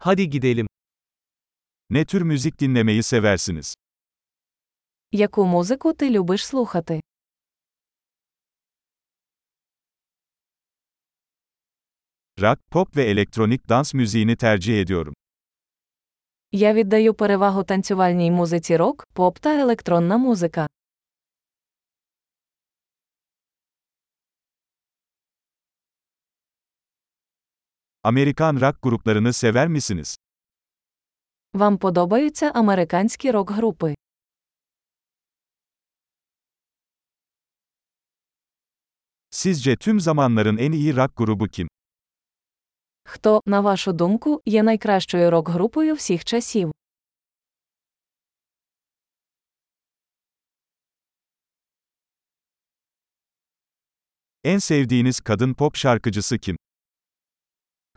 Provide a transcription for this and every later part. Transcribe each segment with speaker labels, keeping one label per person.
Speaker 1: Hadi gidelim. Ne tür müzik dinlemeyi seversiniz?
Speaker 2: Яку музику ти любиш слухати?
Speaker 1: Rock, pop ve elektronik dans müziğini tercih ediyorum.
Speaker 2: Я віддаю перевагу танцювальній музиці рок, поп та електронна музика.
Speaker 1: Amerikan rock gruplarını sever misiniz?
Speaker 2: Вам подобаються американські рок-групи?
Speaker 1: Sizce tüm zamanların en iyi rock grubu kim?
Speaker 2: Хто, на вашу думку, є найкращою рок-групою всіх часів?
Speaker 1: En sevdiğiniz kadın pop şarkıcısı kim?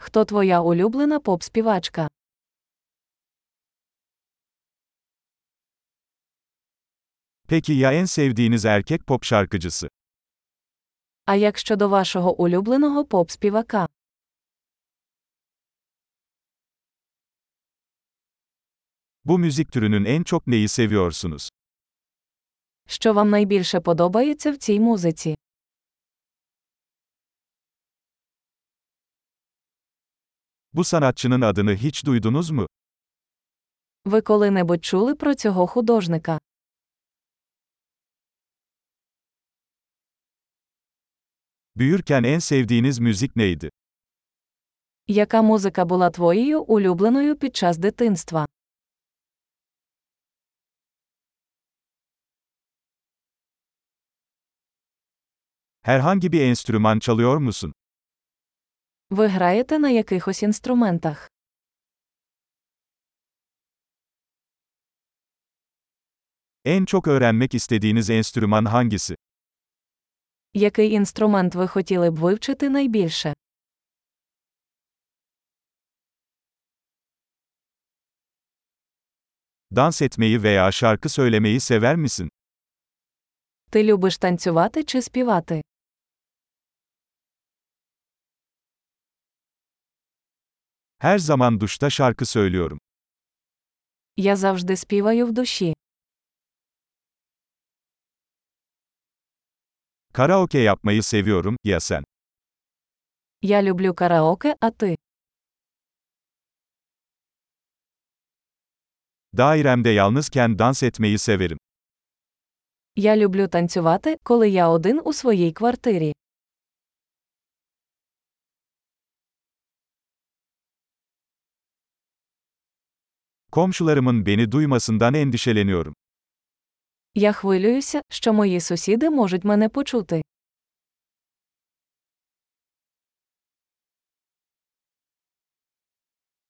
Speaker 2: Хто твоя улюблена поп-співачка?
Speaker 1: Peki ya en sevdiğiniz erkek pop şarkıcısı?
Speaker 2: А як щодо вашого улюбленого поп-співака?
Speaker 1: Bu müzik türünün en çok neyi seviyorsunuz?
Speaker 2: Що вам найбільше подобається в цій музиці?
Speaker 1: Bu sanatçının adını hiç duydunuz mu?
Speaker 2: Ви коли-небудь чули про цього художника?
Speaker 1: Büyürken en sevdiğiniz müzik neydi?
Speaker 2: Яка музика була твоєю улюбленою під час дитинства?
Speaker 1: Herhangi bir enstrüman çalıyor musun?
Speaker 2: Ви граєте на якихось інструментах?
Speaker 1: En çok öğrenmek istediğiniz enstrüman hangisi?
Speaker 2: Який інструмент ви хотіли б вивчити найбільше?
Speaker 1: Dans etmeyi veya şarkı söylemeyi sever misin?
Speaker 2: Ти любиш танцювати чи співати?
Speaker 1: Her zaman duşta şarkı söylüyorum.
Speaker 2: Я завжди співаю в душі.
Speaker 1: Karaoke yapmayı seviyorum, ya sen?
Speaker 2: Я люблю караоке, а ти?
Speaker 1: Dairemde yalnızken dans etmeyi severim.
Speaker 2: Я люблю танцювати, коли я один у своїй квартирі.
Speaker 1: Komşularımın beni duymasından endişeleniyorum.
Speaker 2: Я хвилююся, що мої сусіди можуть мене почути.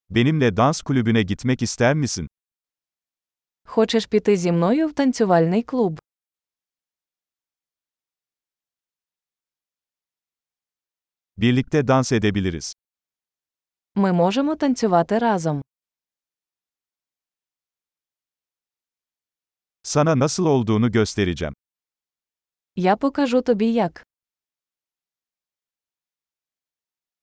Speaker 1: Benimle dans kulübüne gitmek ister misin?
Speaker 2: Хочеш піти зі мною в танцювальний клуб?
Speaker 1: Birlikte dans edebiliriz.
Speaker 2: Ми можемо танцювати разом.
Speaker 1: Sana nasıl olduğunu göstereceğim.
Speaker 2: Я покажу тобі як.